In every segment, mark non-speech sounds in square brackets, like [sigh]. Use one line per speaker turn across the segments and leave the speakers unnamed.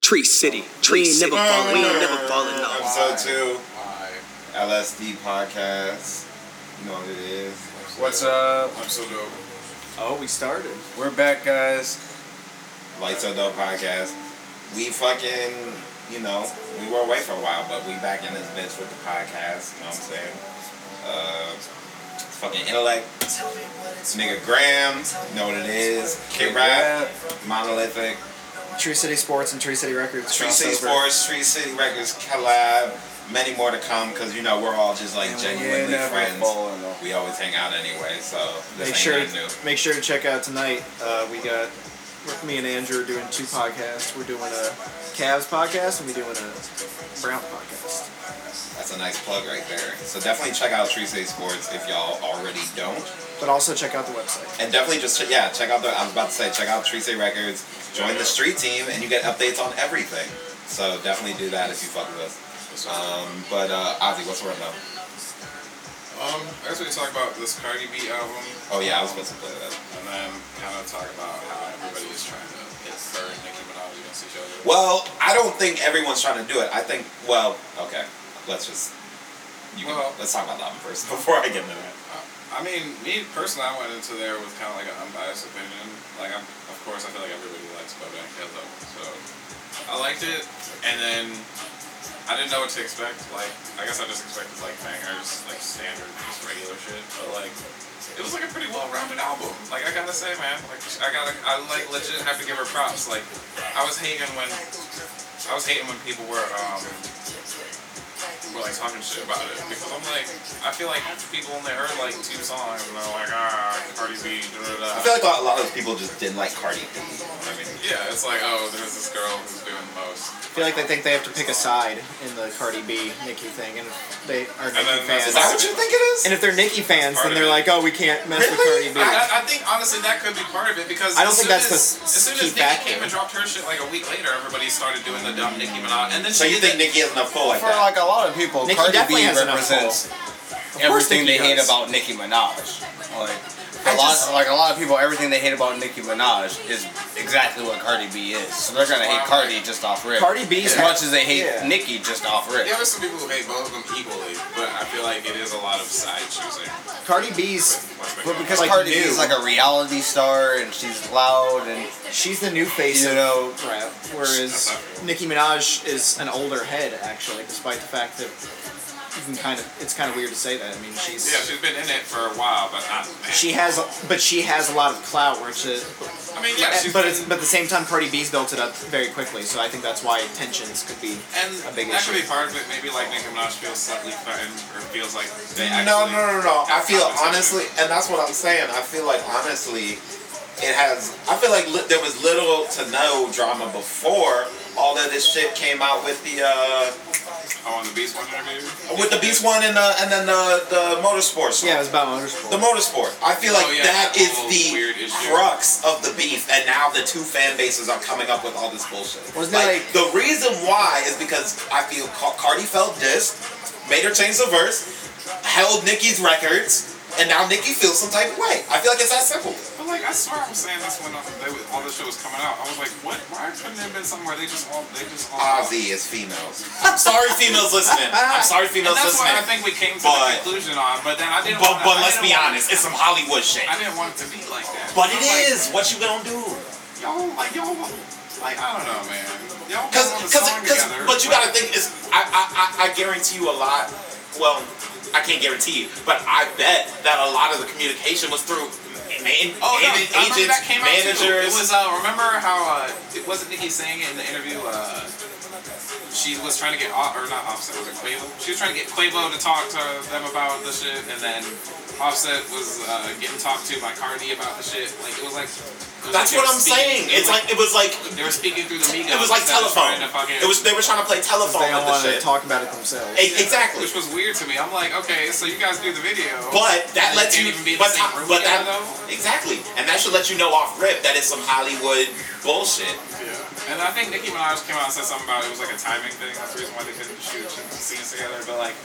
Tree City. Tree
We ain't
City.
never fallen.
we
No, no,
ain't
no,
never fallen off.
Episode two,
Alright.
LSD podcast. You know what it is.
What's up?
I'm so dope.
Oh, we started. We're back, guys.
Lights so dope podcast. We fucking, you know, we were away for a while, but we back in this bitch with the podcast. You know what I'm saying? Uh, fucking intellect. Nigga Graham. You know what it is? K Rap. Monolithic.
Tree City Sports and Tree City Records.
Tree City
crossover.
Sports, Tree City Records collab. Many more to come because you know we're all just like
And we ain't
genuinely
never
friends.
falling off.
We always hang out anyway, so this
Make
ain't
sure,
nothing new.
make sure to check out tonight. Uh, we got me and Andrew are doing two podcasts. We're doing a Cavs podcast and we're doing a Brown podcast.
That's a nice plug right there. So definitely check out Tree City Sports if y'all already don't.
But also check out the website.
And definitely just yeah, check out the. I was about to say check out Tree City Records. Join the street team, and you get updates on everything. So definitely do that if you fuck with us. Um, but uh, Ozzy, what's word now?
Um, I guess we can talk about this Cardi B album,
Oh yeah, I was supposed to play that.
and then kind of talk about how everybody is trying to hit her and Nicki Minaj against each other.
Well, I don't think everyone's trying to do it. I think well, okay, let's just you can,
Well-
let's talk about the album first [laughs] before I get into that.
I mean, me personally, I went into there with kind of like an unbiased opinion. Like, I'm, of course, I feel like everybody likes Bodak Yellow, so I liked it. And then I didn't know what to expect. Like, I guess I just expected like bangers, like standard, just regular shit. But like, it was like a pretty well-rounded album. Like, I gotta say, man, like, I gotta, I like legit have to give her props. Like, I was hating when, I was hating when people were. um were like talking shit about it because I'm like, I feel like people only heard like two songs and they're like, ah, Cardi B, da da da.
I feel like a lot of people just didn't like Cardi B.
I mean, yeah, it's like, oh, there's this girl who's doing the most.
I feel like they think they have to pick a side in the Cardi B Nicki thing, and if they are
then
Nicki
that's-
Is that what
fans.
you think it
And
is?
if they're Nicki fans, then they're like, oh, we can't mess
Really?
I,
with Cardi B.
I- I think honestly that could be part of it because
I
as
don't think
soon
that's the
as,
s-
as soon as
key
Nicki
factor.
came and dropped her shit like a week later, everybody started doing the dumb Nicki Minaj, and then
So you
she did
think Nicki isn't a fool like
For
that?
like a lot of people,
Nicki
Cardi
definitely
B
has enough
represents
course
everything
Nicki
they hate
does.
about Nicki Minaj. Like
I
a lot,
just-
like a lot of people, everything they hate about Nicki Minaj is exactly what Cardi B is. So they're gonna hate Cardi just off rip.
Cardi B's
as much as they hate
Yeah.
Nicki just off rip.
There are some people who hate both of them equally, but I feel like it is a lot of side choosing.
Cardi B's, but because
Because
like
Cardi B
new,
is like a reality star and she's loud and
she's the new face
you
of
know
rap, whereas Nicki Minaj is an older head actually, despite the fact that you can kind of it's kind of weird to say that. I mean, she's
Yeah, she's been in it for a while, but not.
she has, but she has a lot of clout, which is,
I mean, yeah, she's
but
been-
it's, but at the same time, Cardi B's built it up very quickly, so I think that's why tensions could be
And
a big
that
issue.
could be part of it. Maybe like Nicki Minaj feels slightly threatened, or feels like they actually.
No, no, no, no. I feel
Competition.
honestly, and that's what I'm saying. I feel like honestly, it has. I feel like li- there was little to no drama before all of this shit came out with the uh,
Oh, on the Beast One interview.
with the Beast One and the and then the the motorsports.
yeah, it was about motorsport.
The motorsport. I feel like
Oh, yeah,
that
that
is
whole weird
the
issue.
crux of the beef, and now the two fan bases are coming up with all this bullshit.
Wasn't
like,
it like-
the reason why is because I feel Ca- Cardi felt dissed, made her change the verse, held Nicki's records, and now Nicki feels some type of way. I feel like it's that simple.
But like, I swear I'm saying this when uh, they, was- all this shit was coming out. I was like, what? Why couldn't there have been somewhere they just all they just all.
Ozzy is females. I'm sorry, females listening. I'm sorry,
And
females
that's what I
listening.
think we came to
But-
the conclusion on. But then I didn't.
But
wanna-
but
I
let's
didn't
be
wanna-
honest, it's some Hollywood shit.
I didn't want it to be like that.
But it
I'm like,
is. What you gonna do?
Y'all like y'all like I don't know, man. Y'all
Cause,
put on the
cause,
song
cause,
together,
but you gotta think is I, I, I, I guarantee you a lot. Well, I can't guarantee you, but I bet that a lot of the communication was through man,
Oh no!
agent-
I remember
agents,
that came out too.
managers.
It was uh, remember how uh, it wasn't Nikki saying in the interview. Uh, she was trying to get off, or not Offset was it Quavo? She was trying to get Quavo to talk to them about the shit, and then Offset was uh, getting talked to by Cardi about the shit. Like it was like. it was
that's
like they
what
were
I'm saying.
speaking- it was
It's like it was like
they were speaking through the Migos.
it was like
instead of
telephone.
trying to fucking-
It was they were trying to play telephone
they
with
don't
the
want to
shit.
talk about it themselves.
E- Exactly.
Which was weird to me. I'm like, okay, so you guys do the video.
But that
They
lets
can't
you,
even be in the
but,
same room
but that
together, though?
exactly, and that should let you know off rip that it's some Hollywood bullshit.
Yeah. And I think Nicki Minaj came out and said something about it was like a timing thing. That's the reason why they couldn't shoot scenes together. But like,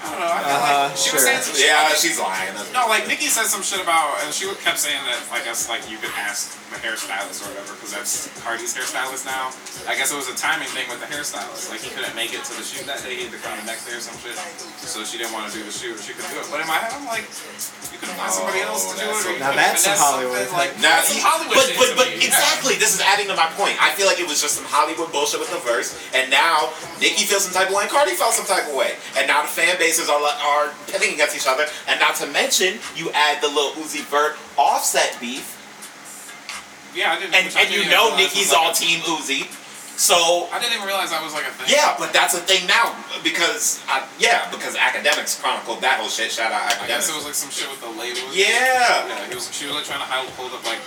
I don't know. I feel
Uh-huh,
like she
sure.
was saying some shit.
Yeah,
I think-
she's lying. That's
No, like Nikki said some shit about, and she kept saying that like us like you could ask the hairstylist or whatever because that's Cardi's hairstylist now. I guess it was a timing thing with the hairstylist. Like he couldn't make it to the shoot that day. He had to come the next day or some shit. So she didn't want to do the shoot. or She could do it. But in my head, I'm like, you could find somebody
Oh,
else to do it. Or you
Now
could
that's some
finesse
Hollywood
something, Like
thing.
Now,
that's some
you-
Hollywood
but,
shit
but,
to
but
me, yeah.
exactly, this is adding to my point. I feel like it was just some Hollywood bullshit with the verse, and now Nicki feels some type of way, and Cardi felt some type of way, and now the fan bases are like- are pitting against each other, and not to mention you add the little Uzi Vert offset beef,
Yeah, I didn't.
and,
which I
and you
didn't
know
realize was,
Nicki's
like,
all team Uzi, so
I didn't even realize that was like a thing.
yeah, but that's a thing now because I, yeah, because academics chronicled that whole shit. Shout out
I guess
academics.
it was like some shit with the labels.
Yeah.
Yeah, he was, she was like trying to hi- hold up like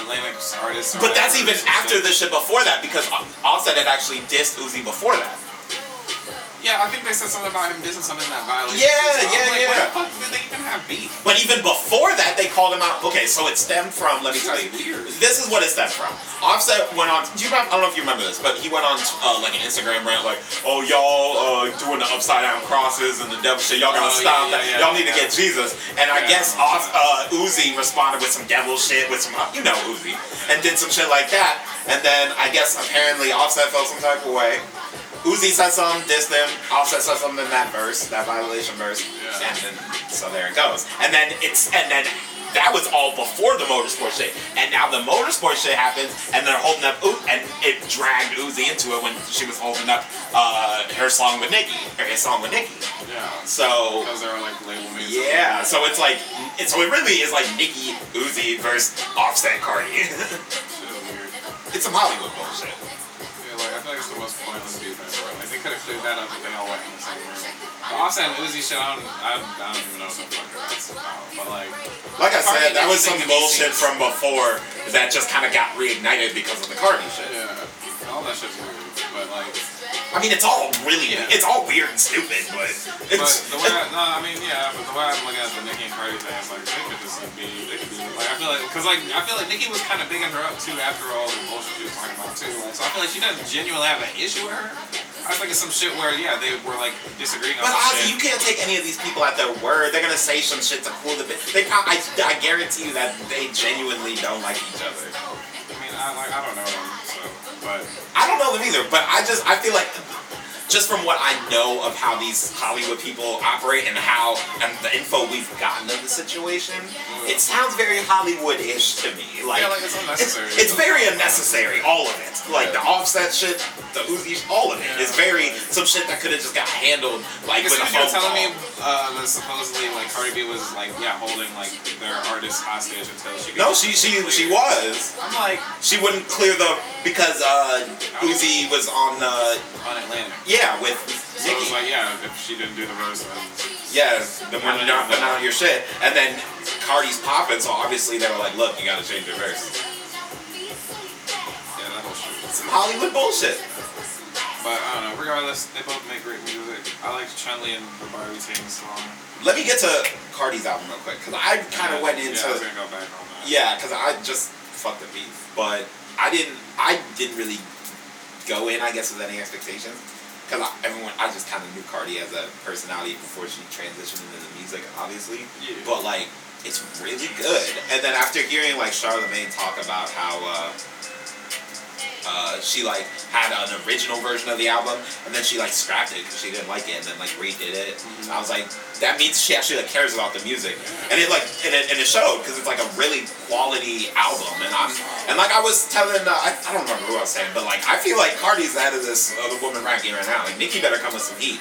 Atlantic artists. or
But that's
whatever,
even
some
after
shit.
the shit before that because Offset had actually dissed Uzi before that.
Yeah, I think they said something about him dissing something that violated.
Yeah,
his- I'm
yeah,
like,
yeah.
Why the fuck did they even have beef?
But even before that, they called him out. Okay, so it stemmed from. Let me tell you. This is what it stemmed from. Offset went on. Do you remember? I don't know if you remember this, but he went on uh, like an Instagram rant, like, "Oh y'all uh, doing the upside down crosses and the devil shit. Y'all gotta
Oh,
stop that.
yeah, yeah, yeah,
y'all need to get
yeah.
Jesus." And I
Yeah,
guess
I
off uh, Uzi responded with some devil shit, with some [laughs] you know Uzi, and did some shit like that. And then I guess apparently Offset felt some type of way. Uzi said something, dissed them. Offset said something in that verse, that violation verse.
Yeah.
And then, so there it goes. And then it's, and then that was all before the motorsport shit. And now the motorsport shit happens, and they're holding up, U- and it dragged Uzi into it when she was holding up uh, her song with Nicki, or his song with Nicki.
Yeah.
So,
Because they're like label mates.
yeah, so it's like, it, so it really is like Nicki, Uzi versus Offset Cardi. [laughs]
Shit is weird.
it's some Hollywood bullshit.
Yeah, like, I feel like it's the most pointless beef in the world. Like, they could have cleared that up if they all went in the same room. The Offset and Uzi shit, I don't, I, I don't even know what the fuck that's about. But, like,
Like I
Cardi
said, that was
didn't
some
think to be
bullshit
seen.
from before that just kind of got reignited because of the Cardi shit.
yeah, all that shit's weird. But, like,
I mean, it's all really,
Yeah.
it's all weird and stupid, but
But
it's.
the way I, no, I mean, yeah, but the way I'm looking at the Nicki and Cardi thing, it's like they could just like, be, they could be like, I feel like, cause like I feel like Nicki was kind of bigging her up too after all the bullshit she was talking about too. Like, so I feel like she doesn't genuinely have an issue with her. I think it's some shit where yeah, they were like disagreeing on
But
some
Ozzy, you
shit.
can't take any of these people at their word. They're gonna say some shit to cool the bit. They, I, I, I guarantee you that they genuinely don't like each other.
I mean, I like I don't know them, so but
I don't know them either, but I just I feel like just from what I know of how these Hollywood people operate and how and the info we've gotten of the situation, it sounds very Hollywood-ish to me. Like,
Mm. Yeah, like, it's unnecessary.
It's, it's very unnecessary, all of it. Like the offset shit, the Uzi, sh- all of it. It's very some shit that could have just got handled like
because
with a
you were
phone call.
telling me uh, that supposedly like Cardi B was like yeah holding like their artist hostage until she
no, she
could-
she she was.
I'm like
She wouldn't clear the because uh, Uzi was on uh,
on Atlantic.
yeah with
So it was
Nicki.
like yeah, if she didn't do the verse, then
Yes, the one not putting out your shit. And then Cardi's popping, so obviously they were like, look, you gotta change your verse.
yeah, that whole shit.
Some Hollywood bullshit.
But I don't know. Regardless, they both make great music. I like Chun Li and the Barbie Ting song.
Let me get to Cardi's album real quick, because I kind of went
Yeah, I was
into.
gonna go back on that.
Yeah, because I just fucked the beef. But I didn't, I didn't really go in, I guess, with any expectations. Because everyone, I just kind of knew Cardi as a personality before she transitioned into music, obviously.
Yeah.
But like, it's really good. And then after hearing like Charlamagne talk about how uh, uh, she like had an original version of the album, and then she like scrapped it because she didn't like it, and then like redid it. I was like, that means she actually like cares about the music, and it like and it, and it showed because it's like a really quality album. And I'm and like I was telling, uh, I, I don't remember who I was saying, but like I feel like Cardi's ahead of this other woman rap game right now. Like Nicki better come with some heat.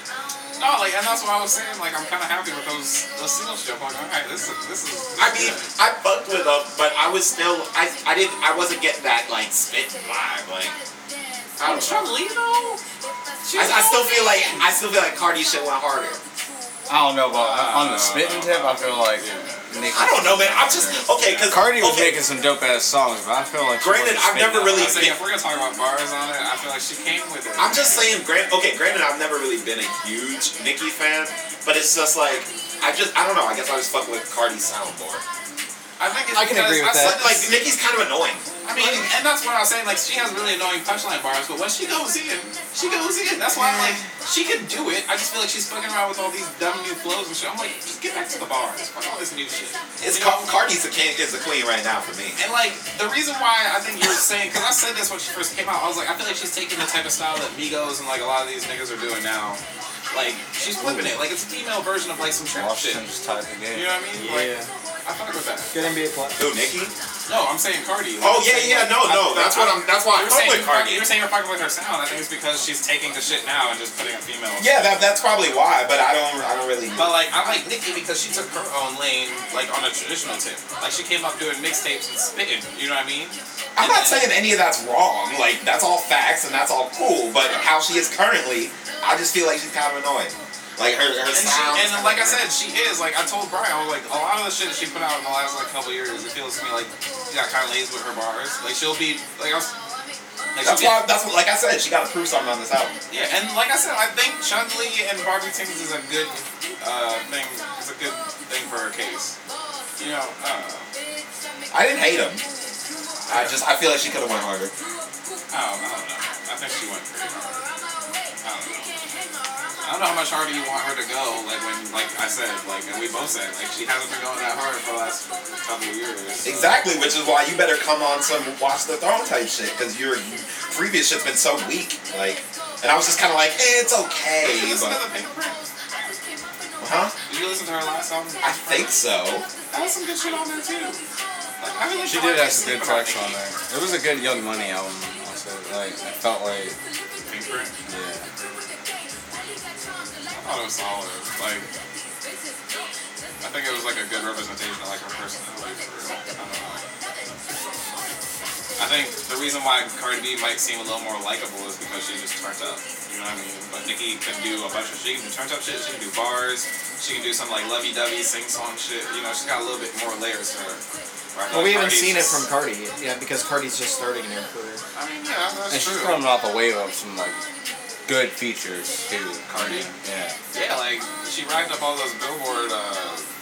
No, like, and that's what I was saying. Like, I'm kind of happy with those those singles. shit. I'm like, all right, this is this is. This
I
is
mean,
good.
I fucked with them, but I was still, I, I didn't, I wasn't getting that like spit vibe. Like, I don't
I'm
know.
Chun Li though.
I, I still feel like I still feel like Cardi shit went harder.
I don't know about on the spitting tip. I feel like Nicki.
I don't know, man. I'm just okay because
Cardi was
okay,
making some dope ass songs, but I feel like she
Granted,
wasn't
I've never
spitting.
really-
I say, if we're gonna talk about bars on it, I feel like she came with it.
I'm just saying, grant. Okay, granted, I've never really been a huge Nicki fan, but it's just like I just I don't know. I guess I just fuck with Cardi's sound more.
I think it's
I can
because
agree
I
with
said
that.
Like
this-
Nikki's kind of annoying.
I mean, and that's what I was saying. Like, she has really annoying punchline bars, but when she goes in, she goes in. That's why I'm like, she can do it. I just feel like she's fucking around with all these dumb new flows and shit. I'm like, just get back to the bars. Fuck all this new shit.
It's
You know?
Car- Cardi's a king, is a queen right now for me.
And like the reason why I think you're saying, because I said this when she first came out, I was like, I feel like she's taking the type of style that Migos and like a lot of these niggas are doing now. Like she's flipping it. Like it's a female version of like some trap shit.
Washington just tied
You
the game.
know what I mean? Like,
Yeah.
I fuck with that.
Good NBA play.
Who, Nikki?
No, I'm saying Cardi. Like,
Oh
I'm
yeah,
saying,
yeah,
like,
no,
I-
no. That's what I'm. That's why I'm
You were saying
saying
you're fucking,
Cardi.
you were saying you're fucking with her sound. I think it's because she's taking the shit now and just putting a female.
Yeah, that, that's probably why. But I don't. I don't really.
But like I like Nicki because she took her own lane, like on a traditional tip. Like she came up doing mixtapes and spitting. You know what I mean?
I'm not
And then-
saying any of that's wrong. Like that's all facts and that's all cool. But how she is currently, I just feel like she's kind of annoying. Like her, her
And, she,
sound.
and like I said, she is. Like I told Brian, I was like, a lot of the shit that she put out in the last like couple years, it feels to me like she got kind of lazy with her bars. Like she'll be like, I was, like
That's
she'll
why. That's what. Like I said, she got to prove something on this album.
be- yeah. And like I said, I think Chun Li and Barbie Tings is a good uh, thing. It's a good thing for her case. You know, uh, I don't know.
I didn't hate him. I just. I feel like she could have went harder.
I don't, I don't know. I think she went pretty hard. I don't know. I don't know how much harder you want her to go. Like when, like I said, like and we both said, like she hasn't been going that hard for the last couple of years. so-
Exactly, which is why you better come on some Watch the Throne type shit because your previous shit's been so weak. Like, and I was just kind of like, eh, it's
Did you
okay,
listen to
but
the Pink Print?
huh?
Did you listen to her last album?
I think so.
That was some good shit on there too. Like, I really
She
felt
did
like
have some
sleeping
good tracks on there. It was a good Young Money album. Also, like I felt like
Pink Print.
yeah.
I thought it was solid. Like, I think it was like a good representation of like her personality for real. I don't know. I think the reason why Cardi B might seem a little more likable is because she just turned up. You know what I mean? But Nicki can do a bunch of she can do turned up shit. She can do bars. She can do some like lovey dovey sing song shit. You know, she's got a little bit more layers to her. Where I feel
Well, we
like
haven't
Cardi's
seen it
just-
from Cardi yet, yeah, because Cardi's just starting in her career.
I mean, yeah, that's
And
true.
she's coming off a wave of some like good features too.
Cardi?
Yeah.
Yeah, like she racked up all those Billboard uh,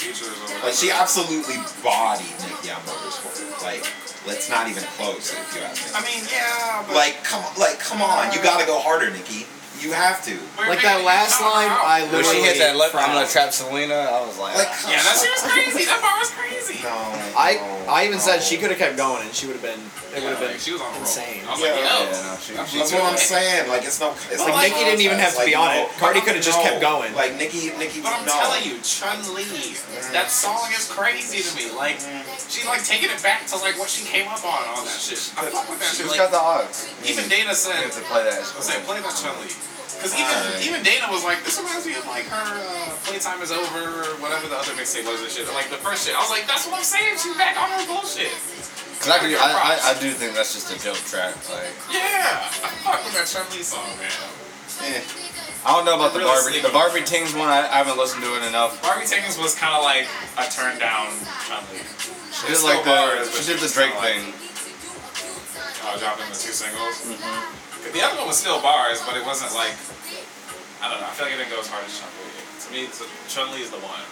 features. Or whatever.
Like, she absolutely bodied Nicki on Motorsport. Like, let's not even close if you ask
I
me.
mean, yeah, but
Like, come, like, come on, you gotta go harder, Nikki. You have to.
we're
Like
making-
that last
no,
line,
no.
I
When
literally.
she hit that left, I'm
cried.
gonna trap Selena. I was like, ah.
Like, come
Yeah, that
on.
shit was crazy. That bar was crazy.
No,
I
no,
I even said
no.
she could have kept going and she would have been. It would have
Yeah,
been
like, she was on a roll.
insane.
I was
Yeah.
like, yo.
yeah, no, she,
That's
she
That's what I'm saying. Like, it's no. It's
But,
Like,
like,
Nikki didn't even have to be on it. Cardi could have just kept going.
Like Nikki, Nikki.
But I'm
no.
telling you, Chun Li, that song is crazy to me. Like, she's like taking it back to like what she came up on, all that shit. I fuck with that shit. Like,
the odds.
even Dana said,
to play that.
I was like, play that Chun Li. Because even,
Alright.
even Dana was like, this reminds me of like her uh, Playtime is Over or whatever the other mixtape was and shit. Like the first shit. I was like, that's what I'm saying. She's back on her bullshit.
Cause I, could- I, I, I do think that's just a dope track. Like,
Yeah. I fuck with that Chun Li song, man.
Eh.
I don't know about the
Really
Barbie.
sleepy.
The Barbie Tings one, I, I haven't listened to it enough.
Barbie Tankins was kind of like a turn down Chun Li.
She
It's so
did like
hard,
the
but
she did the
she's
Drake
not like-
thing.
uh, dropping the two singles. The other one was still bars, but it wasn't like I don't know. I feel like it didn't go as hard as Chun Li. To me, Chun Li is the one.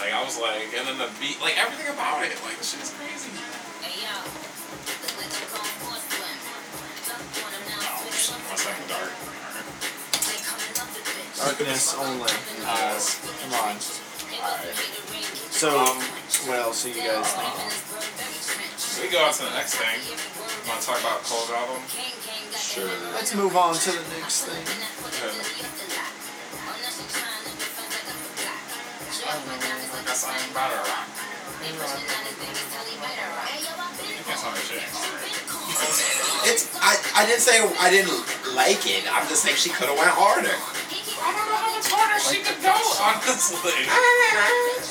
Like I was like, and then the beat, like everything about it, like the shit is crazy. Oh shit, my second dark.
darkness only.
Uh,
Come on. Um,
alright.
So
Um,
what else are you guys thinking?
We go on to the next thing. Want to talk about Cole's album?
Sure.
Let's move on to the next thing.
Like I saw him about a rock. You can't tell me shit.
It's I, I didn't say I didn't like it. I'm just saying she could have went harder.
I don't know how much harder she could go, [laughs] honestly.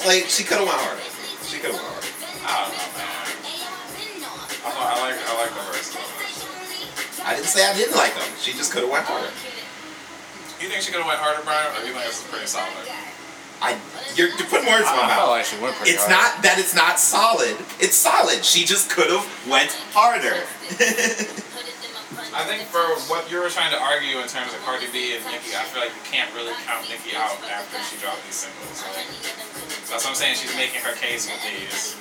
Like she could have went harder. She could have went harder.
I don't know, man. I, thought- I like I like the verse. though.
I didn't say I didn't like them. She just could have went harder.
You think she could have went harder, Brian? Or you think this is pretty solid?
I you're, you're putting words in my
I felt
mouth.
like she went pretty
It's not
hard.
that it's not solid. It's solid. She just could have went harder.
I think for what you were trying to argue in terms of Cardi B and Nicki, I feel like you can't really count Nicki out after she dropped these singles. Like, That's what I'm saying. She's making her case with these.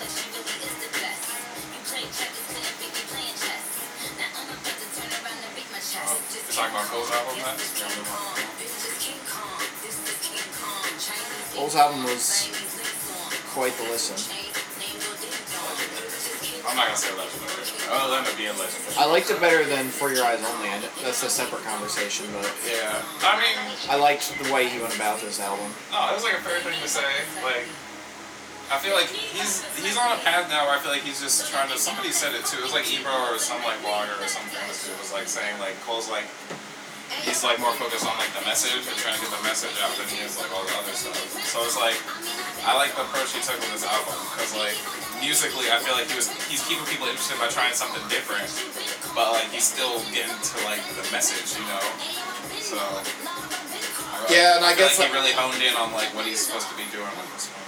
It's like my Cole's album, huh?
Cole's album was quite the listen.
I'm not gonna say legendary. Oh, let me be a legendary.
I liked it better than For Your Eyes Only. I, that's a separate conversation, but
Yeah. I mean,
I liked the way he went about this album.
no, Oh, it was like a fair thing to say. Like, I feel like he's he's on a path now where I feel like he's just trying to. Somebody said it too. It was like Ebro or some like blogger or something. This dude was like saying like Cole's like he's like more focused on like the message and trying to get the message out than he is like all the other stuff. So it's like I like the approach he took with this album because like musically I feel like he was he's keeping people interested by trying something different, but like he's still getting to like the message, you know. So
Yeah, and I
I feel
guess
like he
I,
really honed in on like what he's supposed to be doing with this one.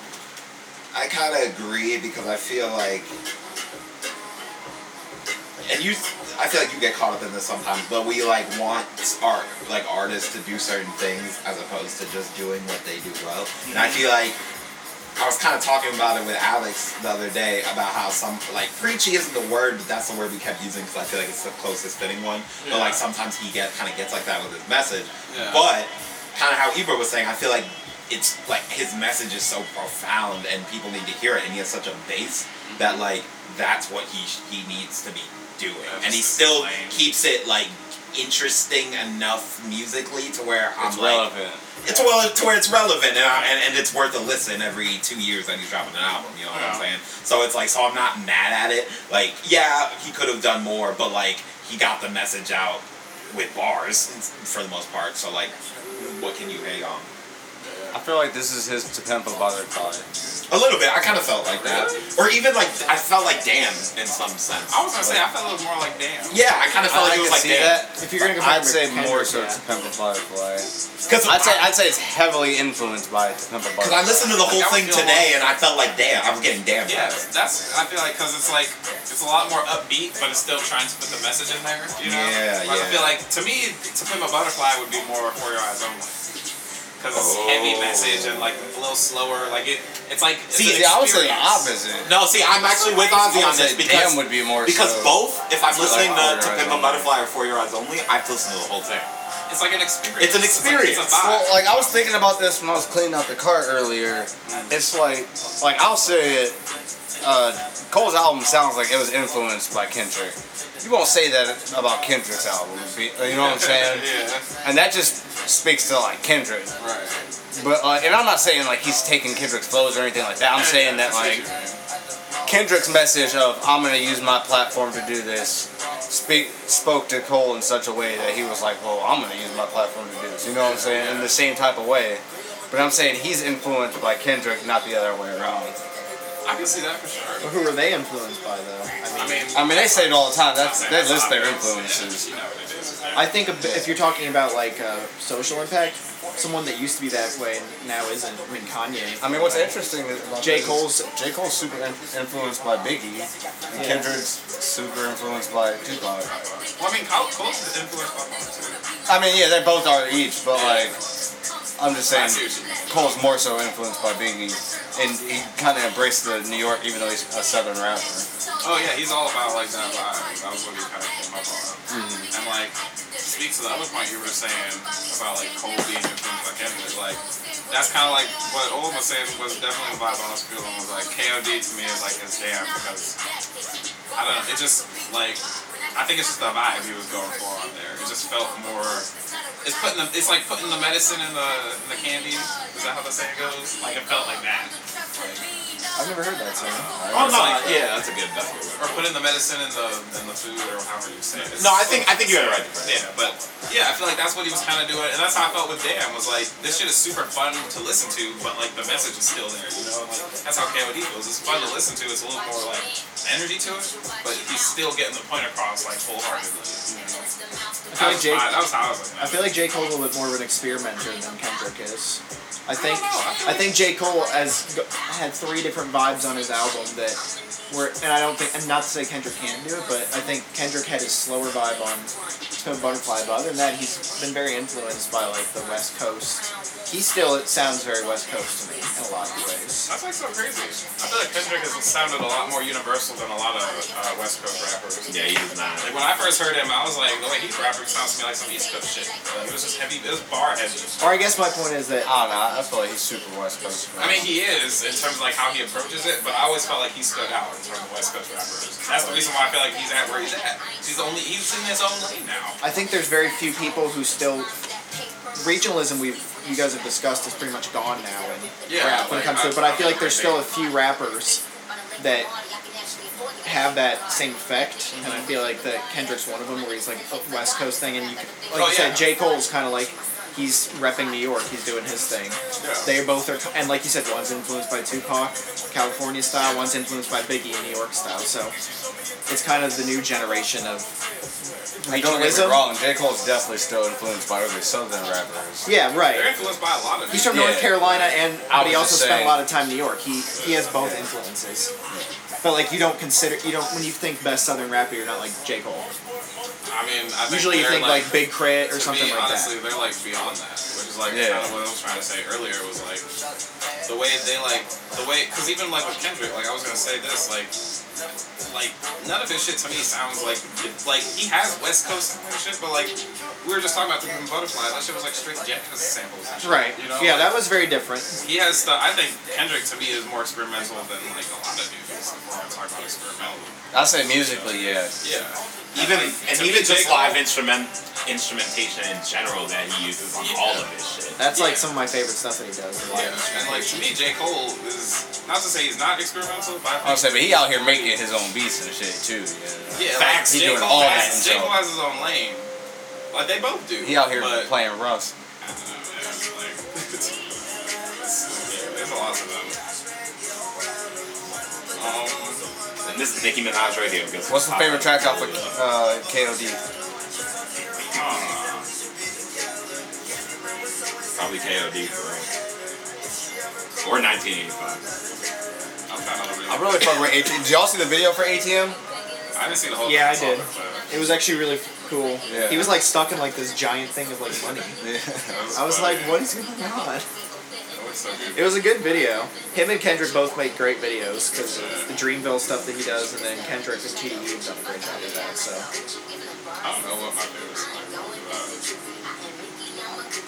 I kind of agree because I feel like, and you, I feel like you get caught up in this sometimes, but we like want art, like artists to do certain things as opposed to just doing what they do well. And
Mhm.
I feel like I was kind of talking about it with Alex the other day about how some like preachy isn't the word, but that's the word we kept using because I feel like it's the closest fitting one. But like
Yeah.
sometimes he get kind of gets like that with his message.
Yeah.
But kind of how Ebro was saying, I feel like it's like his message is so profound and people need to hear it, and he has such a base
Mm-hmm.
that like that's what he sh- he needs to be doing,
Yeah,
and he
just
still
explain.
keeps it like interesting enough musically to where
It's
I'm like
relevant.
it's well to where it's relevant and, I, and, and it's worth a listen every two years that he's dropping an album. You know what I'm
Yeah.
saying? So it's like, so I'm not mad at it. Like, yeah, he could have done more, but like he got the message out with bars for the most part. So like, what can you hate on?
I feel like this is his to pimp a butterfly.
A little bit. I kind of felt like that, or even like I felt like damn in some sense.
I was gonna say
Like,
I felt it was more like damn.
yeah, I kind of felt like
I, I
it
can
was like
see
damn.
that.
If you're gonna compare
I'd say
Kendrick,
more so
yeah.
to Pimp a Butterfly.
Because
I'd say I'd say it's heavily influenced by To Pimp a
Because I
Butterfly.
listened to the whole
Like, I was
thing
feeling-
today and I felt like damn, I was getting damn.
Yeah, that's I feel like because it's like it's a lot more upbeat, but it's still trying to put the message in there. You know?
Yeah,
Whereas I
yeah.
feel like to me, to pimp a butterfly would be more for your eyes only. Because it's heavy
Oh.
message and like a little slower. Like it, it's like it's
See,
an
see,
I would say the
experience.
opposite.
No, see, I'm actually with Ozzy
I
on
would
this
say
because
Damn would be more
Because
so.
both, if I'm listening
like,
to, to
Four Your
Pimp a
Eyes Only.
Butterfly or For Your Eyes Only, I've listened to the whole thing.
It's like an experience.
It's an
It's,
experience.
like, it's a vibe.
Well, like I was thinking about this when I was cleaning out the car earlier. It's like, like I'll say it. Uh, Cole's album sounds like it was influenced by Kendrick. You won't say that about Kendrick's album. be- You know what I'm saying?
yeah.
And that just speaks to like Kendrick.
Right.
But uh, and I'm not saying like he's taking Kendrick's flows or anything like that. I'm saying that like Kendrick's message of I'm gonna use my platform to do this speak spoke to Cole in such a way that he was like, Well, I'm gonna use my platform to do this. You know what I'm saying? In the same type of way. But I'm saying he's influenced by Kendrick, not the other way around.
I can see that for sure.
But who were they influenced by though? I mean,
I mean,
I mean they say it all the time, that's
I'm
they
saying
list their
obvious.
influences.
You know what it is.
I think a bit- if you're talking about like uh, social impact, someone that used to be that way and now isn't. I mean, Kanye.
I mean, what's interesting is about
J.
this is
Cole's-
J. Cole's super in- influenced by Biggie, and
Yeah.
Kendrick's super influenced by Tupac.
Well, I mean, Cole, Cole's influenced by Pump too.
I mean, yeah, they both are each, but like, I'm just
I
saying,
see what you mean.
Cole's more so influenced by Biggie, and he kind of embraced the New York, even though he's a Southern rapper.
Oh yeah, he's all about like that vibe. That was what he kind of came up on. And like, speak to the other point you were saying about like Cole being and things like that. but, Like, that's kind of like what Old was saying was definitely the vibe I was feeling. Was like KOD to me is like his damn because I don't. It just like I think it's just the vibe he was going for on there. It just felt more. It's putting the. It's like putting the medicine in the in the candy. Is that how the saying goes? Like it felt like that.
I've never heard that song.
Oh,
no,
yeah, that's a good that's
Or putting the medicine in the in the food or however you say it.
No, I think I think you had it right.
Yeah, but yeah, I feel like that's what he was kind of doing, and that's how I felt with Damn. Was like this shit is super fun to listen to, but like the message is still there. You know, like that's how KOD feels. It's fun to listen to. It's a little more like energy to it, but he's still getting the point across like wholeheartedly. You know? That was
Jake-
fine. That was how I was like.
I feel like J. Cole's a little bit more of an experimenter than Kendrick is. I think
I don't know.
I think J. Cole has go- had three different vibes on his album that were, and I don't think, and not to say Kendrick can't do it, but I think Kendrick had his slower vibe on Pimp a Butterfly. But other than that, he's been very influenced by like the West Coast
He still sounds very West Coast to me in a lot of ways.
That's like so crazy. I feel like Kendrick has sounded a lot more universal than a lot of uh, West Coast rappers.
Yeah, he does not.
Like when I first heard him, I was like, the way he's rapping sounds to me like some East Coast shit. Like, it was just heavy, it was bar heavy.
Or I guess my point is that
I don't know. I feel like he's super West Coast.
I mean, he is in terms of like how he approaches it, but I always felt like he stood out in terms of West Coast rappers. That's the reason why I feel like he's at where he's at. He's the only he's in his own lane now.
I think there's very few people who still regionalism. We've you guys have discussed is pretty much gone now in
Yeah,
rap when
like,
it comes to
I-
it. But I
I
feel like there's still a
agree.
few rappers that have that same effect, and
Mm-hmm.
I feel like that Kendrick's one of them, where he's like a West Coast thing, and you can, like
Oh,
you
yeah.
said, J Cole's kind of like he's repping New York, he's doing his thing. They both are, and like you said, one's influenced by Tupac, California style, one's influenced by Biggie, New York style. So it's kind of the new generation of
Like, don't get me
regionalism.
wrong. J Cole's definitely still influenced by other Southern rappers.
Yeah,
They're
right.
influenced by a lot of.
He's
people.
from
Yeah.
North Carolina, and
I
but he
was just
also spent
saying-
a lot of time in New York. He he has both influences. But like you don't consider you don't when you think best Southern rapper, you're not like J Cole.
I mean, I think
Usually you
they're,
think like, Big Crit or
to
something
me,
like
honestly,
that.
they're like beyond that, which is like
Yeah.
kind of what I was trying to say earlier was like the way they like the way because even like with Kendrick, like I was gonna say this, like like none of his shit to me sounds like like he has West Coast and shit, but like we were just talking about the Human Butterfly, that shit was like straight Jackass samples, and shit,
Right.
You know,
yeah,
like,
that was very different.
he has stuff. I think Kendrick to me is more experimental than like a lot of dudes. If we're gonna talk about experimental,
I say musically, yeah.
yeah.
Even
Like,
and
to
even
me, J.
just
Cole-
live instrument instrumentation in general that he uses on all of his shit.
That's
Yeah.
like some of my favorite stuff that he does.
Yeah, and like to me, J. Cole is not to say he's not experimental, but I
I
think
would say, but he out here making his own beats and shit too. Yeah.
Yeah,
Facts,
Like,
he
J.
doing
Cole
all that
has, J. Cole
himself.
has his own lane. Like they both do.
He out here
but,
playing Russ.
I don't know, man, it's like, it's, yeah, [laughs] there's a lot of them. Um,
And this is Nicki Minaj radio. Goes
What's my favorite track off of uh, KOD?
Probably KOD for real. Or 1985.
I'm trying to
I really fuck with ATM. Did y'all see the video for ATM?
I didn't see the whole.
Yeah,
thing,
I
so,
did.
but
It was actually really cool.
Yeah.
He was like stuck in like this giant thing of like money.
Yeah.
that
I was
funny.
like, what is going on?
That was so good.
It was a good video. Him and Kendrick both make great videos because the Dreamville stuff that he does, and then Kendrick and TDU have done a great job with that. So
I don't know what my favorite song
Uh,
was.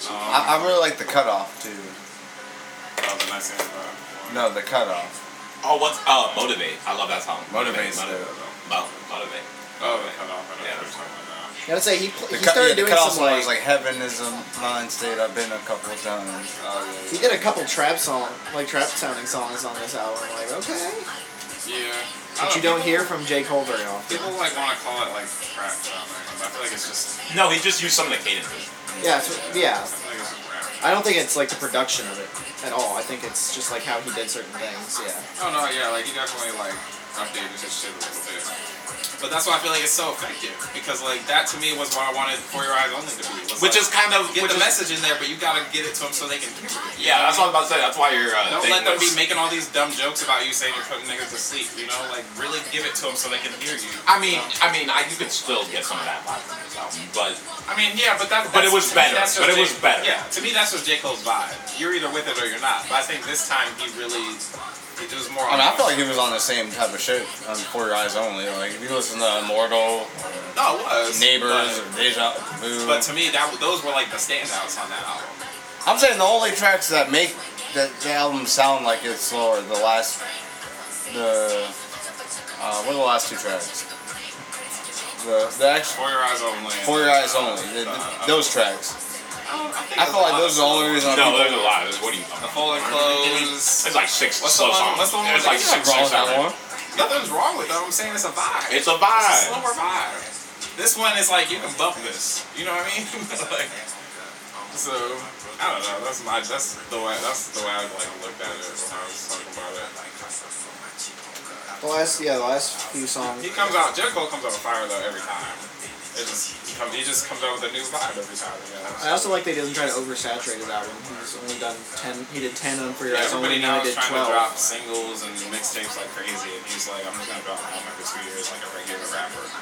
Um,
I, I really like the cutoff too.
that was a nice answer.
No, the cutoff.
Oh, what's uh motivate? I love that song.
Motivate's
motivate.
dope.
Mo- motivate.
Oh, they cut off. I
Yeah.
know what you're talking about.
I gotta say he, pl-
The,
he
cut, yeah,
started
the
doing
cutoff
some
song
like
was like heaven is a mind state. I've been a couple of times.
Oh,
he did a couple trap song like trap sounding songs on this album. Like okay,
yeah. Yeah. I
but you
know,
don't hear from J Cole very often.
People like want to call it like crap genre, but I feel like it's just
No, he just used some of the cadences.
Yeah, it's, yeah.
I feel like it's just rap.
I don't think it's like the production of it at all. I think it's just like how he did certain things. Yeah.
Oh no, yeah, like he definitely like updated his shit a little bit. But that's why I feel like it's so effective because like that to me was what I wanted for your eyes only to be. was,
Which
like,
is kind of
get
which
the
is-
message in there, but you gotta get it to them so they can. hear it, you
Yeah,
know?
that's what I'm about to say. That's why you're. Uh,
Don't
thing
let them be
was-
making all these dumb jokes about you saying you're putting niggas to sleep. You know, like really give it to them so they can hear you.
I mean, I mean, I, you could still get some of that vibe from this album, but
I mean, yeah, but that.
But it
that's-
was
to
better.
that's
But it
just
was
J-
better.
Yeah, to me that's just J Cole's vibe. You're either with it or you're not. But I think this time he really, it was more.
I mean, I felt like he was on the same type of shit on For Your Eyes Only. Like if you listen to Immortal,
no, it was
Neighbors,
but-
or Deja Vu.
But to me, that those were like the standouts on that album.
I'm saying the only tracks that make the, the album sound like it's slower, the last, the, uh, what are the last two tracks? The, the
For
actual,
Your Eyes Only.
For Your Eyes Only, the, the, those tracks. I feel like those are the only reason
no,
I'm
there's a lot. There's what do you?
The Fallen Clothes.
It's like six
What's
slow
the one-
songs.
what's the one
It's
with
like
the-
six, six,
wrong with that
seven.
one.
Nothing's wrong with them. I'm saying it's a vibe.
It's a
a
vibe.
slower vibe. This one is like you can bump this. You know what I mean? [laughs] like, so I don't know. That's my. That's the way. That's the way I like looked at it when I was talking about it.
The last yeah the last few songs.
He comes out. J Cole comes out with fire though every time. It just he, come, he just comes out with a new vibe every time. You know?
I also like that he doesn't try to oversaturate his album. He's only done ten. He did ten on For Your
Yeah,
Eyes
everybody
Only, and
now is
then he did
trying to
twelve.
drop singles and mixtapes like crazy, and he's like, I'm just gonna drop an album every two years like a regular rapper. [laughs]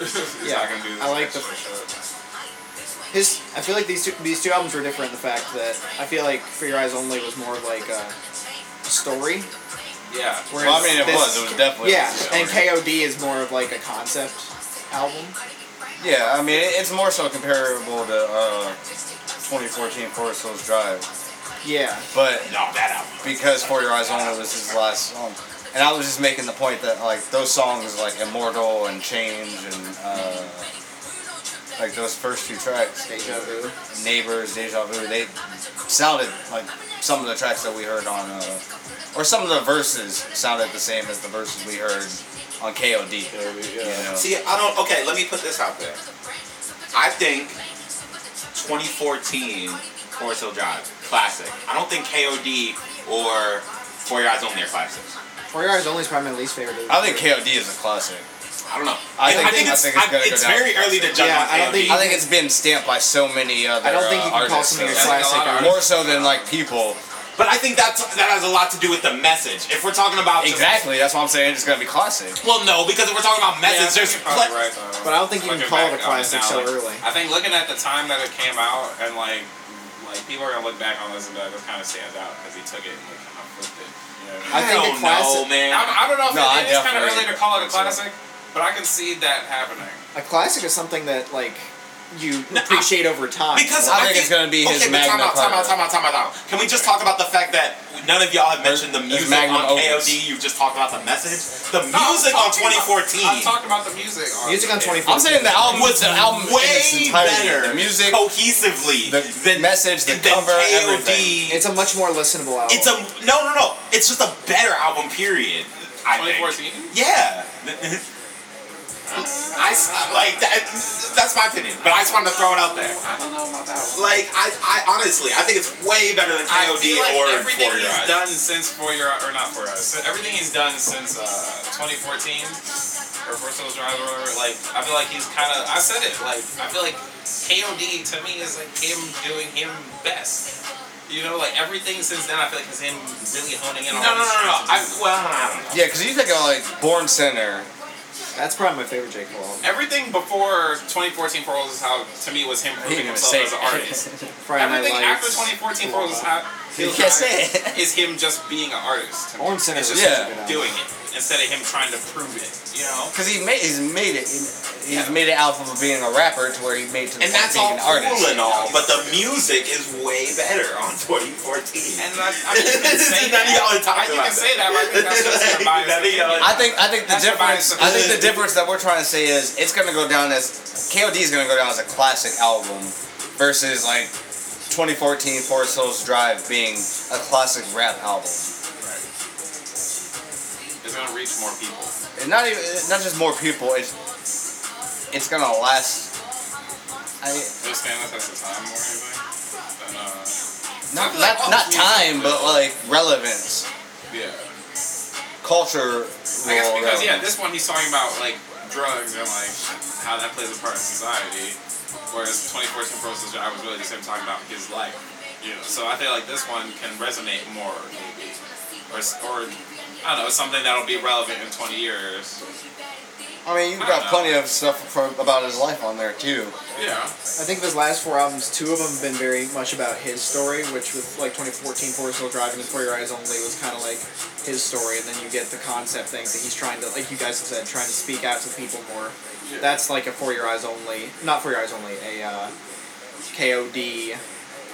he's
Yeah,
not gonna do this
I like
extra
the-
shit.
his I feel like these two these two albums were different in the fact that I feel like For Your Eyes Only was more of like a story.
Yeah.
Whereas
Well, I mean, it
this-
was. It was definitely.
yeah, and KOD is more of like a concept album.
Yeah, I mean, it- it's more so comparable to uh, 2014 Forest Hills Drive,
Yeah,
but
No, that album.
because For Your Eyes Only was his last song, and I was just making the point that like those songs like Immortal and Change and uh, like those first two tracks,
Deja Vu.
Neighbors, Deja Vu, they sounded like some of the tracks that we heard on, uh, or some of the verses sounded the same as the verses we heard on KOD. You know?
See, I don't. Okay, let me put this out there. I think 2014 Forest Hill Drive classic. I don't think KOD or Four Your Eyes Only are classics.
For Your Eyes Only is probably my least favorite. Of the
I think KOD is a classic.
I don't know.
I think- I
it's,
think it's gonna go down.
very early to judge
Yeah,
on
I don't
KOD.
think-
I think it's been stamped by so many other.
I don't think you
uh,
can call
artists,
something a
so-
like a
classic.
lot of
album.
More so than like people.
But I think that's that has a lot to do with the message. If we're talking about just-
Exactly. That's what I'm saying. It's gonna be classic.
well, no, because if we're talking about
Yeah, I
message,
think
there's
you're probably
pl-
right, though.
But I don't think you can
Looking
call it
back
a
on
classic
now,
so
like,
early.
I think looking at the time that it came out and like like people are gonna look back on this and be like, this kind of stands out because he took it and like kind of flipped it. You know what I mean?
I think
don't
a classic-
know, man.
I, I don't know if
No, I
it, it's kind of
definitely-
early to call it a
so.
classic, but I can see that happening.
A classic is something that like you appreciate over time.
Because
I
I,
think it's gonna be his
okay, but time
Magna
out, time out,
Carta.
time out, time out, time out. Can we just talk about the fact that none of y'all have mentioned the
His
music
magnum
on
opus.
KOD? You've just talked about the message. The
No, I'm
music on
talking about-
2014
I'm talking about the music. On
music on twenty four.
I'm saying the album
was
was the album in its
way
entirety.
better,
The music,
cohesively,
the
than,
message, the
than
cover,
KOD.
everything.
it's a much more listenable album.
It's a no, no, no. It's just a better album. Period. I think.
2014.
Yeah. [laughs] I s- like that, that's my opinion, but I just wanted to throw it out there.
I don't know about that one.
Like I, I honestly, I think it's way better than
I
KOD
feel like
or
everything
Warrior
he's
Eyes.
done since for your or not for us. So everything he's done since uh, 2014 or First Souls Drive or whatever. Like I feel like he's kind of. I said it. Like I feel like KOD to me is like him doing him best. You know, like everything since then, I feel like is him really honing in
No,
on.
no, no, no. no. I,
I,
well, I don't know.
yeah, because you think of like Born Center.
That's probably my favorite J Cole album.
everything before 2014 for us is how to me was him
He
proving
didn't even
himself
say
as an
[laughs]
artist.
it.
Friday Night
Everything after
Lights.
2014 for us is
[laughs]
how
You can't say it.
is him just being an artist. to me.
Born Center
It's
was
just
such a
yeah,
good
doing
album.
it instead of him trying to prove it, you know?
Because he made, he's made it. He,
Yeah.
he's made it out of being a rapper to where he made to the
And
point
that's
of being
all
an
cool
artist.
and all, but the music is way better on 2014.
And that's, I mean,
[laughs]
you can
None
say that.
of y'all are
I
talking
think you
about
can say that, but I think
that. [laughs]
that's just a
None
biased
of y'all
opinion.
I think I think the
That's your
difference.
bias.
I think the difference that we're trying to say is it's gonna go down as KOD is gonna go down as a classic album versus like 2014 Forest Hills Drive being a classic rap album.
It's gonna reach more people.
And not even not just more people. It's it's gonna last. I
Just stand with us at the time or anything. Then, uh,
not not, not time, but like relevance,
uh, yeah.
culture.
I guess because, yeah, this one he's talking about, like, drugs and, like, how that plays a part in society. Whereas 2014 Process I was really just him talking about his life. You know, so I feel like this one can resonate more, maybe. Or, s- or I don't know, something that'll be relevant in 20 years.
I mean, you've
I don't
got
know.
plenty of stuff from, about his life on there too.
Yeah.
I think of his last four albums, two of them have been very much about his story, which with like 2014 Forest Hill Drive and For Your Eyes Only was kind of like his story, and then you get the concept things that he's trying to, like you guys have said, trying to speak out to people more.
Yeah.
That's like a For Your Eyes Only, not For Your Eyes Only, a uh, KOD,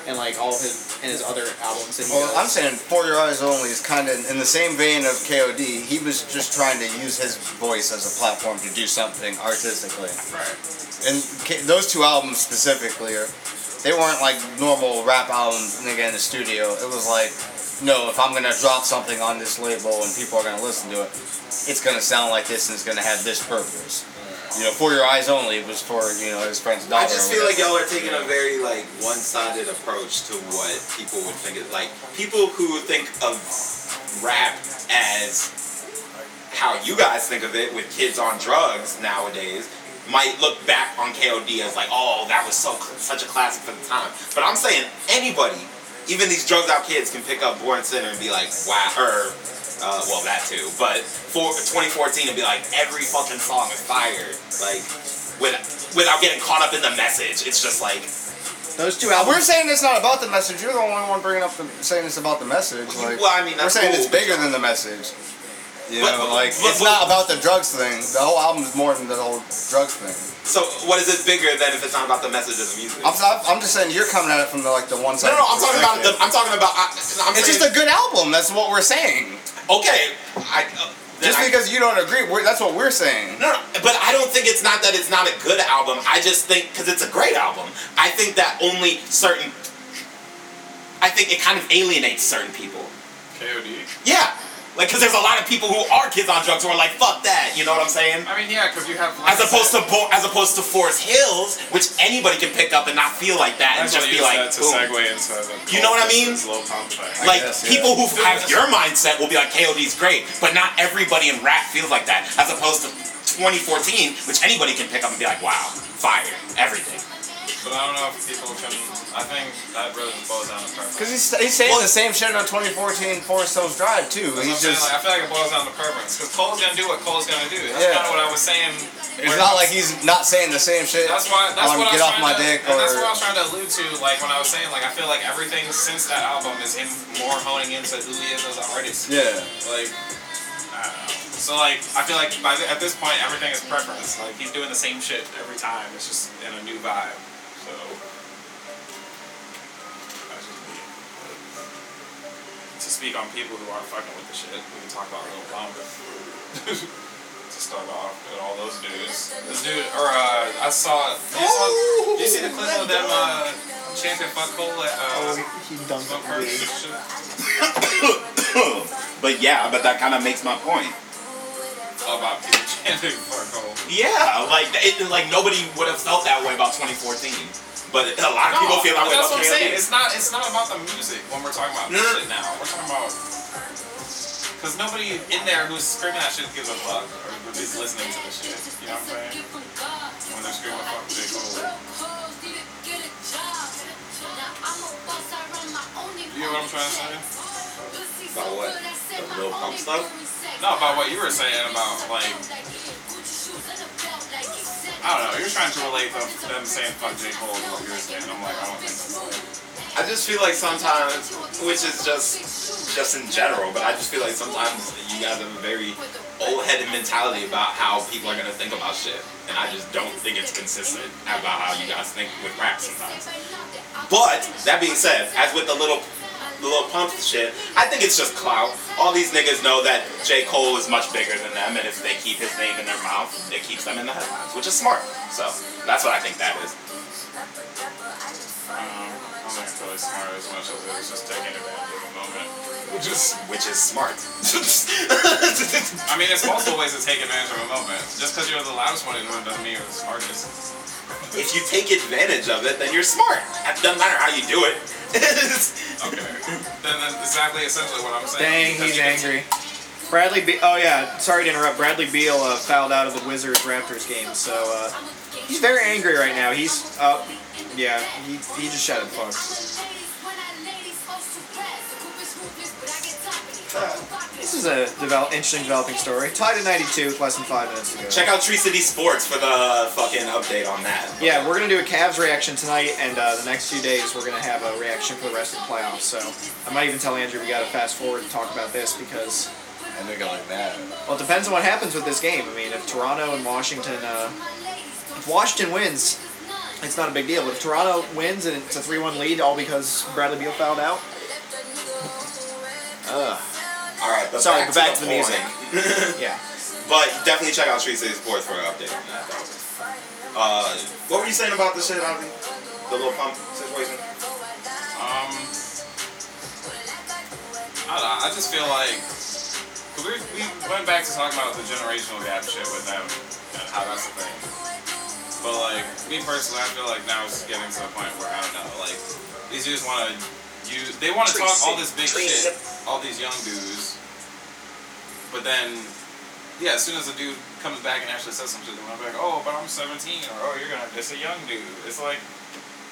and like all of his and his other albums. That he
Well, I'm
does.
saying For Your Eyes Only is kind of in the same vein of KOD. He was just trying to use his voice as a platform to do something artistically.
Right.
And K- those two albums specifically, are, they weren't like normal rap albums nigga in the studio. It was like, no, if I'm gonna drop something on this label and people are gonna listen to it, it's gonna sound like this and it's gonna have this purpose. You know, For Your Eyes Only was for you know his friend's daughter.
I just
or
feel like
whatever.
y'all are taking a very like one-sided approach to what people would think of. Like people who think of rap as how you guys think of it with kids on drugs nowadays might look back on KOD as like, oh, that was so such a classic for the time. But I'm saying anybody, even these drugs out kids, can pick up Born Center and be like, wow, or uh, well, that too. But for 2014, and be like, every fucking song is fire. Like with, without getting caught up in the message. It's just like
Those two
We're
albums.
saying it's not about the message. You're the only one bringing up the saying it's about the message.
Well, you-
Like,
well, I mean,
we're
that's
saying
cool,
it's bigger than the message. You
But-
know, like
but-
it's
but-
not about the drugs thing. The whole album is more than the whole drugs thing.
so. What is it bigger than if it's not about the message of the music?
I'm, I'm- I'm just saying you're coming at it from the like the one
no,
side.
no, I'm talking about. The,
perspective.
I'm talking about. I, I'm
It's just
saying-
a good album. That's what we're saying.
okay. I, uh, then
Just
I-
because you don't agree, we're, that's what we're saying.
No, no, but I don't think it's not that it's not a good album. I just think because it's a great album. I think that only certain. I think it kind of alienates certain people.
KOD.
Yeah, like because there's a lot of people who are kids on drugs who are like, "Fuck that," you know what I'm saying?
I mean, yeah, because you have.
As opposed to Bo- as opposed to Forest Hills, which anybody can pick up and not feel like that and
That's
just be
what you
like,
said to
boom.
segue into the
You know what I mean?
Slow pump thing.
Like
guess, yeah.
people who have your mindset will be like, "KOD's great," but not everybody in rap feels like that. As opposed to 2014, which anybody can pick up and be like, "Wow, fire, everything."
But I don't know if people can. I think that really boils down to preference.
Because he's, he's saying the same shit on 2014 Forest Hills Drive too.
That's what I'm
He's
saying,
just
like, I feel like it boils down to preference because Cole's gonna do what Cole's gonna do. That's
Yeah.
kind of what I was saying.
it's not like he's not saying the same shit.
That's why. That's
on
what I was
get off
trying
my
to,
dick
and that's
or-
what I was trying to allude to. Like when I was saying, like I feel like everything since that album is him more honing into who he is as an artist.
Yeah.
Like. I don't know. So like I feel like by the, at this point everything is preference. Like he's doing the same shit every time. It's just in a new vibe. So that's just me. To speak on people who aren't fucking with the shit, we can talk about a little longer. [laughs] to start off, and all those dudes. This dude, or uh, I saw. You, saw, you see the clip of them uh, chanting "fuck Cole" at uh,
Oh, He dunked
Smoke
on
Perps
me.
and shit?
[coughs]
Oh,
but yeah, but that kind of makes my point.
[laughs] about people chanting "fuck Cole."
Yeah, like it, like nobody would have felt that way about 2014, but a lot of people feel that way
that's
about
what I'm saying.
KLD.
It's not. It's not about the music when we're talking about this shit now. We're talking about because nobody in there who's screaming that shit gives a fuck or is listening to the shit. You know what I'm saying? When they're screaming fuck J Cole. You know what I'm trying to say?
About what? The Lil Pump stuff?
No, about what you were saying about like. um, I don't know. You're trying to relate them, them saying fuck J Cole to what you were saying. I'm like, I don't think that's right.
I just feel like sometimes, which is just just in general, but I just feel like sometimes you guys have a very old-headed mentality about how people are gonna think about shit, and I just don't think it's consistent about how you guys think with rap sometimes. But that being said, as with the little the little pump shit, I think it's just clout. All these niggas know that J. Cole is much bigger than them, and if they keep his name in their mouth, it keeps them in the headlines, which is smart. So that's what I think that is.
Um, I don't think it's really smart as much as it was just taking advantage of the moment.
Which is which is smart. [laughs]
I mean, there's multiple ways to take advantage of a moment. Just because you're the loudest one in one doesn't mean you're the smartest.
if you take advantage of it, then you're smart. It doesn't matter how you
[laughs]
do it.
Okay. then that's exactly essentially what I'm saying.
Dang,
Because
he's
you can-
angry. Bradley Be- Oh yeah, sorry to interrupt. Bradley Beal uh, fouled out of the Wizards Raptors game, so uh, he's very angry right now. He's uh, yeah, he, he just shouted fuck. This is a develop- interesting developing story. Tied at 92 with less than five minutes to go.
Check out Tree City Sports for the fucking update on that.
Yeah, we're gonna do a Cavs reaction tonight, and uh, the next few days we're gonna have a reaction for the rest of the playoffs. So I might even tell Andrew we gotta fast forward and talk about this because
And they go like that.
well, it depends on what happens with this game. I mean, if Toronto and Washington, uh, if Washington wins, it's not a big deal. But if Toronto wins and it's a three-one lead, all because Bradley Beal fouled out.
All right. But
Sorry,
back
but
to
back to
the,
the music.
point.
Yeah.
But definitely check out Tree City Sports for an update on that. though. Uh, what were you saying about the shit, Ozzy? The little pump situation.
Um, I don't know. I just feel like 'cause we we went back to talking about the generational gap shit with them and how that's a thing. But like me personally, I feel like now it's getting to the point where I don't know. Like these dudes want to use. They want to talk all this big shit. All these young dudes. But then, yeah, as soon as a dude comes back and actually says some shit, they're gonna be like, "Oh, but I'm 17," or "Oh, you're gonna diss a young dude." It's like.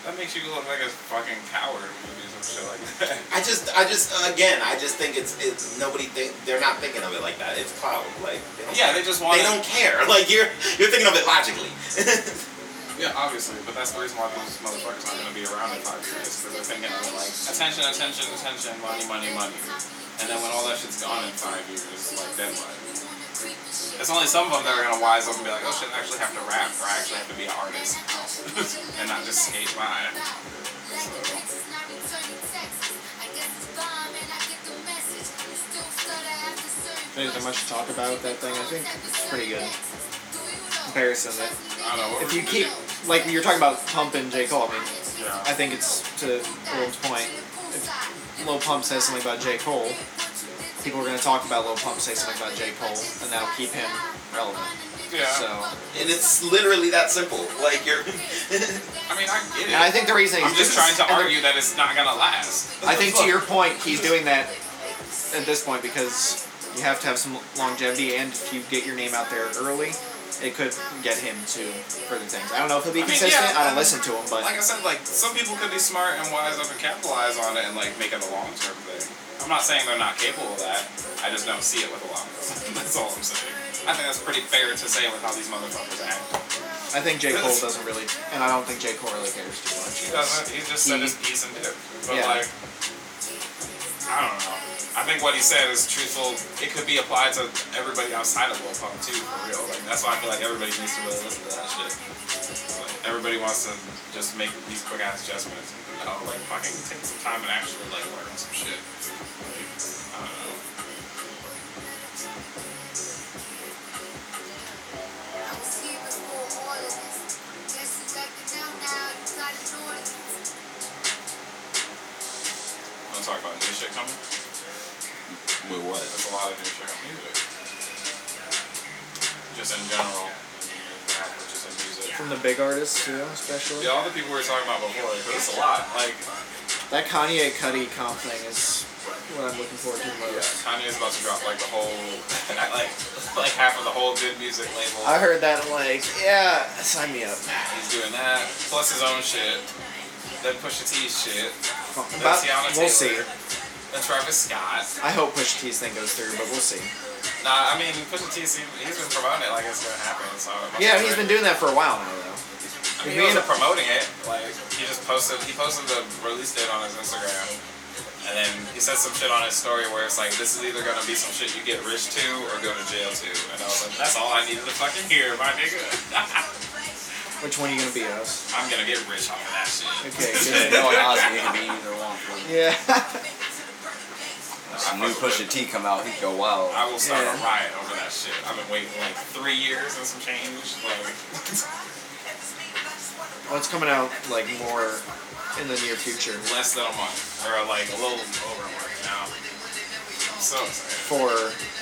That makes you look like a fucking coward when you do some shit like that. [laughs]
I just, I just, again, I just think it's, it's nobody think they're not thinking of it like that. It's clout, like they don't,
yeah, they just want.
they don't care. [laughs] Like you're, you're thinking of it logically. [laughs]
Yeah, obviously, but that's the reason why those motherfuckers aren't gonna be around in five years because they're thinking of like attention, attention, attention, money, money, money, and then when all that shit's gone in five years, like then what? It's only some of them that are gonna wise up and be like, oh shit, I actually have to rap or I actually have to be an artist [laughs] and not just skate by.
There's not much to talk about with that thing. I think it's pretty good comparison. That
I don't know. What
if
we're
you
gonna
keep
do.
like you're talking about Pump and J Cole, I mean,
Yeah.
I think it's to Lil's point. If Lil Pump says something about J Cole, people are gonna talk about Lil Pump say something about J Cole, and that'll keep him relevant.
Yeah.
So,
and it's literally that simple. Like you're, [laughs]
I mean, I get it.
and I think the reason he's
I'm just
doing
trying
this-
to
and the-
argue that it's not gonna last.
I think to your point, he's doing that at this point because you have to have some longevity, and if you get your name out there early, it could get him to further things. I don't know if he'll be
mean,
consistent.
yeah,
I, don't
um,
listen to him, but
Like I said, like some people could be smart and wise up and capitalize on it and like make it a long term thing. I'm not saying they're not capable of that. I just don't see it with a lot of them. [laughs] that's all I'm saying. I think that's pretty fair to say with how these motherfuckers act.
I think J Cole doesn't really, and I don't think J Cole really cares too much.
He doesn't. He just said his piece and did. But
Yeah.
like, I don't know. I think what he said is truthful. It could be applied to everybody outside of Lil Pump too, for real. Like that's why I feel like everybody needs to really listen to that shit. Like, everybody wants to just make these quick ass adjustments. And, oh, like fucking take some time and actually like work on some shit. Like, I don't know. Want to talk about new shit coming?
with what?
There's a lot of new shit on music. Just in general. Rap or just in music.
From the big artists too, especially
Yeah, all the people we were talking about before, like, it's a lot. Like,
that Kanye Cudi comp thing is what I'm looking forward to
yeah,
most.
Kanye's about to drop like the whole, [laughs] like, like half of the whole good music label.
I heard that I'm like, yeah, sign me up.
He's doing that, plus his own shit. Then Pusha T's shit. Then
But
Tiana
we'll see.
Taylor. Then Travis Scott.
I hope Push T's thing goes through, but we'll see.
Nah, I mean Pusha T's he- he's been promoting it like it's gonna happen. So it must
Yeah,
be
he's been
right.
doing that for a while now though.
I mean, he wasn't promoting it. Like he just posted, he posted the release date on his Instagram, and then he said some shit on his story where it's like, this is either gonna be some shit you get rich to or go to jail to. And I was like, that's all I needed to fucking hear, my nigga. [laughs]
Which one are you gonna be, us?
I'm gonna get rich off of that shit.
[laughs] Okay,
You
good.
know, in Ozzy, it could be either one.
Yeah.
If some new Pusha T come out, he'd go wild.
I will start a
Yeah.
riot over that shit. I've been waiting like three years and some change. Like,
well, it's coming out like more in the near future
less than a month, or like a little over a month now. I'm so excited.
for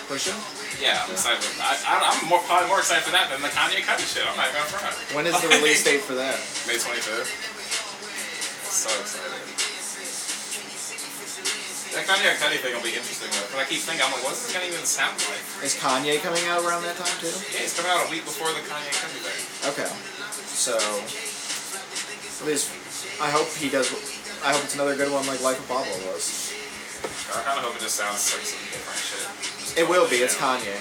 Pusha.
Yeah, I'm excited. I, I, I'm more, probably more excited for that than the Kanye Cudi shit. I'm not gonna front.
When is the
[laughs]
release date for that?
May 25th. So excited. That Kanye and Cudi thing will be interesting though, because I keep thinking, I'm like, what's this gonna even sound like?
Is Kanye coming out around that time too?
Yeah, it's coming out a week before the Kanye and Cudi thing.
Okay. So, at least I hope he does. I hope it's another good one like Life of Pablo was.
I kind of hope it just sounds like some different shit.
It will be. It's Kanye.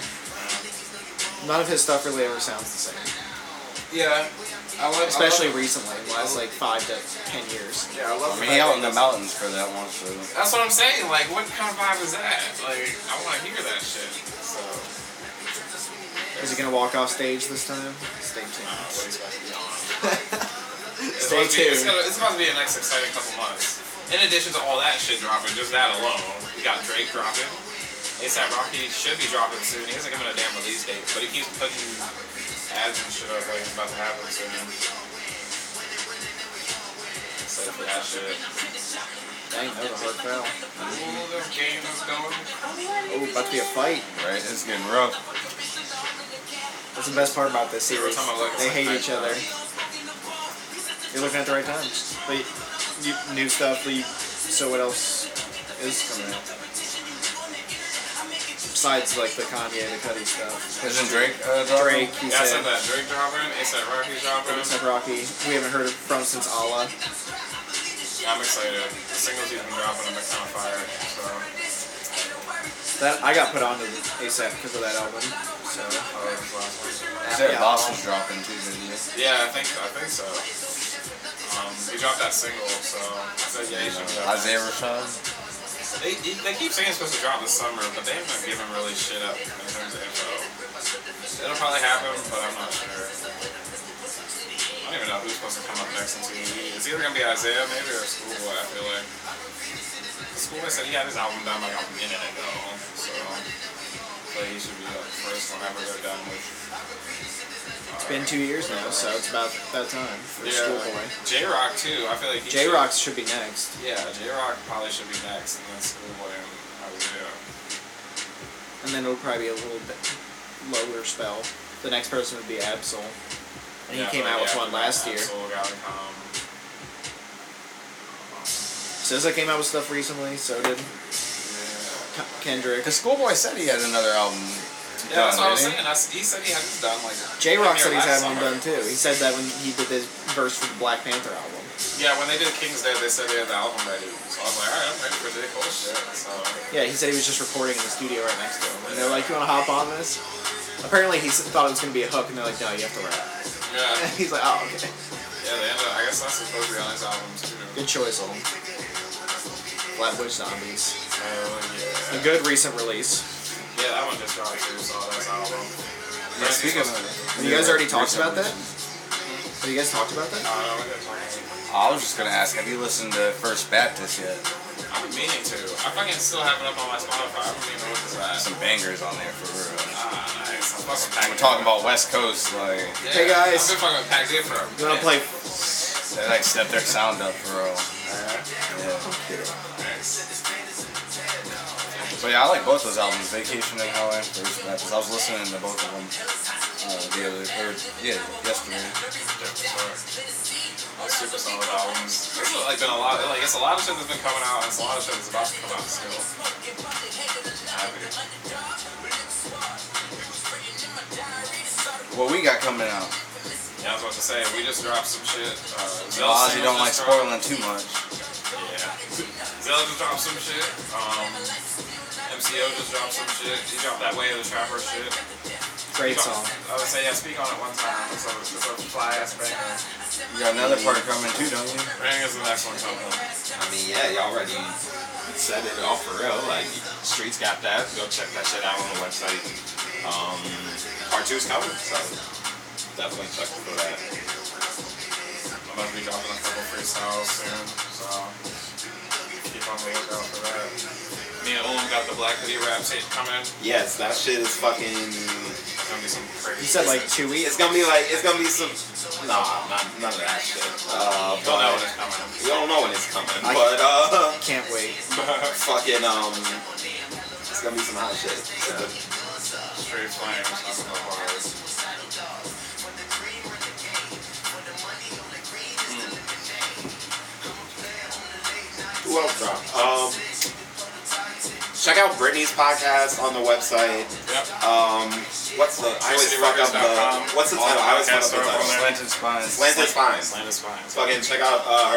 None of his stuff really ever sounds the same,
Yeah. I love,
especially recently, in the last like five to ten years.
yeah, I love
I mean, he out in the mountains for that one, so.
That's what I'm saying. Like, what kind of vibe is that? Like, I want to hear that shit. So,
Is he gonna walk off stage this time? Stay [laughs]
uh, what he's about to be
tuned.
on. It's
Stay
about to be- It's,
tuned.
gonna, it's about to be the next exciting couple months. In addition to all that shit dropping, just that alone, we got Drake dropping. ASAP Rocky should be dropping soon. He hasn't given a damn release date, but he keeps putting ads and shit up like it's about to happen soon. Excited for that shit.
Dang, that was a hard foul.
Ooh, this game is going.
Oh, about to be a fight.
Right, it's getting rough.
That's the best part about this
Every
series.
time I look, it's
They
like
hate each
nighttime.
other. You're looking at the right times. But you, new stuff. But you, so what else is coming out? Besides like the Kanye, the Cudi stuff.
Isn't Drake uh,
Drake,
Drake?
he
Yeah, I said
said.
that. Drake dropping, ASAP Rocky dropping.
Except Rocky, we haven't heard from since Allah.
I'm excited. The singles he's been dropping, I'm kind of fire. So,
That I got put onto ASAP because of that album. So
oh, his last one.
Is there a
Yeah.
Boston's dropping too, didn't you?
Yeah, I think I think so. Um, he dropped that single, so I said, yeah, he should be up.
Isaiah Rashad?
They, they they keep saying it's supposed to drop this summer, but they haven't given really shit up in terms of info. It'll probably happen, but I'm not sure. I don't even know who's supposed to come up next in TV. It's either gonna be Isaiah maybe or Schoolboy. I feel like Schoolboy said he had his album done like a minute ago, so but he should be the first one ever they're done with.
it's been two years now, so it's about that time for Schoolboy.
J Rock too. I feel like he
J
should-
Rocks should be next,
Yeah, J Rock probably should be next, and then Schoolboy and Isaiah.
and then it'll probably be a little bit lower spell. The next person would be Absol, and he
Yeah,
came
but
out with
yeah,
one last year.
Absol gotta come.
SZA came out with stuff recently, so did
Yeah,
K- Kendrick.
Because Schoolboy said he had another album.
yeah that's what I was
didn't he?
saying. I s he said he had this done like.
J Rock
damn near
said he's
last
had one
summer.
done too. He said that when he did his verse for the Black Panther album.
Yeah, when they did King's Dead, they said they had the album ready. So I was like, alright, I'm ready for J Cole shit. So
Yeah, he said he was just recording in the studio right next to him. And they're like, You want to hop on this? Apparently, he s- thought it was going to be a hook, and they're like, No, you have to rap. [laughs]
yeah,
he's like, Oh, okay.
yeah, they ended up, I guess that's supposed to be on his albums too.
Good choice, Old. Flatbush Zombies.
So, yeah.
A good recent release.
yeah, that one just dropped too. So that's album.
Yeah, speaking of.
Have you guys already talked about that? Have you guys talked about that?
Uh, I don't know, we gotta talk about it.
I was just gonna ask, have you listened to First Baptist yet?
I've been meaning to. I fucking still have it up on my Spotify. I don't even know what this is
There's
at.
some bangers on there for real.
Ah, nice. I'm fucking
We're
packed.
talking about West Coast, like
Yeah,
Hey, guys.
I've been fucking packed in for a
You want to
minute.
play?
they like stepped their sound up for real. Yeah.
Nice.
But yeah, I like both those albums, Vacation and Hell and First Baptist. I was listening to both of them uh, the other, or yeah, yesterday.
All super solid albums. There's like been a lot. Like it's a lot of shit that's been coming out, and it's a lot of shit that's about to come out still. Happy.
What we got coming out?
Yeah, I was about to say we just dropped some shit. Uh, Zell
Ozzy
Simmons
don't like
just dropped-
spoiling too much.
Yeah. Zell just dropped some shit. Um, MCO just dropped some shit. He dropped that Way of the Trapper shit.
Great song.
I would say, yeah, speak on it one time. It's a, it's a fly ass banger.
You got another part coming too, don't you?
Banger's the next one coming.
I mean, yeah, y'all already said it all for real. Like, Streets got that. Go check that shit out on the website. Um, part two is coming, so definitely check for that.
I'm about to be dropping a couple freestyles soon, so keep on the lookout for that. Me and Ulm got the Black Hoodie rap tape coming.
Yes, that shit is fucking
It's gonna be some crazy.
You said like two
It's
weeks.
gonna be like it's gonna be some. Nah, not none of that shit. Uh,
Don't know
but
when it's coming.
we don't know when it's coming.
I-
But uh,
Can't wait.
fucking um, it's gonna be some hot shit. So,
Straight flames, nothing but bars.
Hmm. who else dropped? Um, check out Brittany's podcast on the website.
Yep.
Um, what's the? I always fuck up the.
TracyRickers.com.
What's the
All
title? I always fuck
podcasts
up the
are up on
title.
Slanted spine.
Slanted Spines.
Land is fine.
Fucking check out uh, her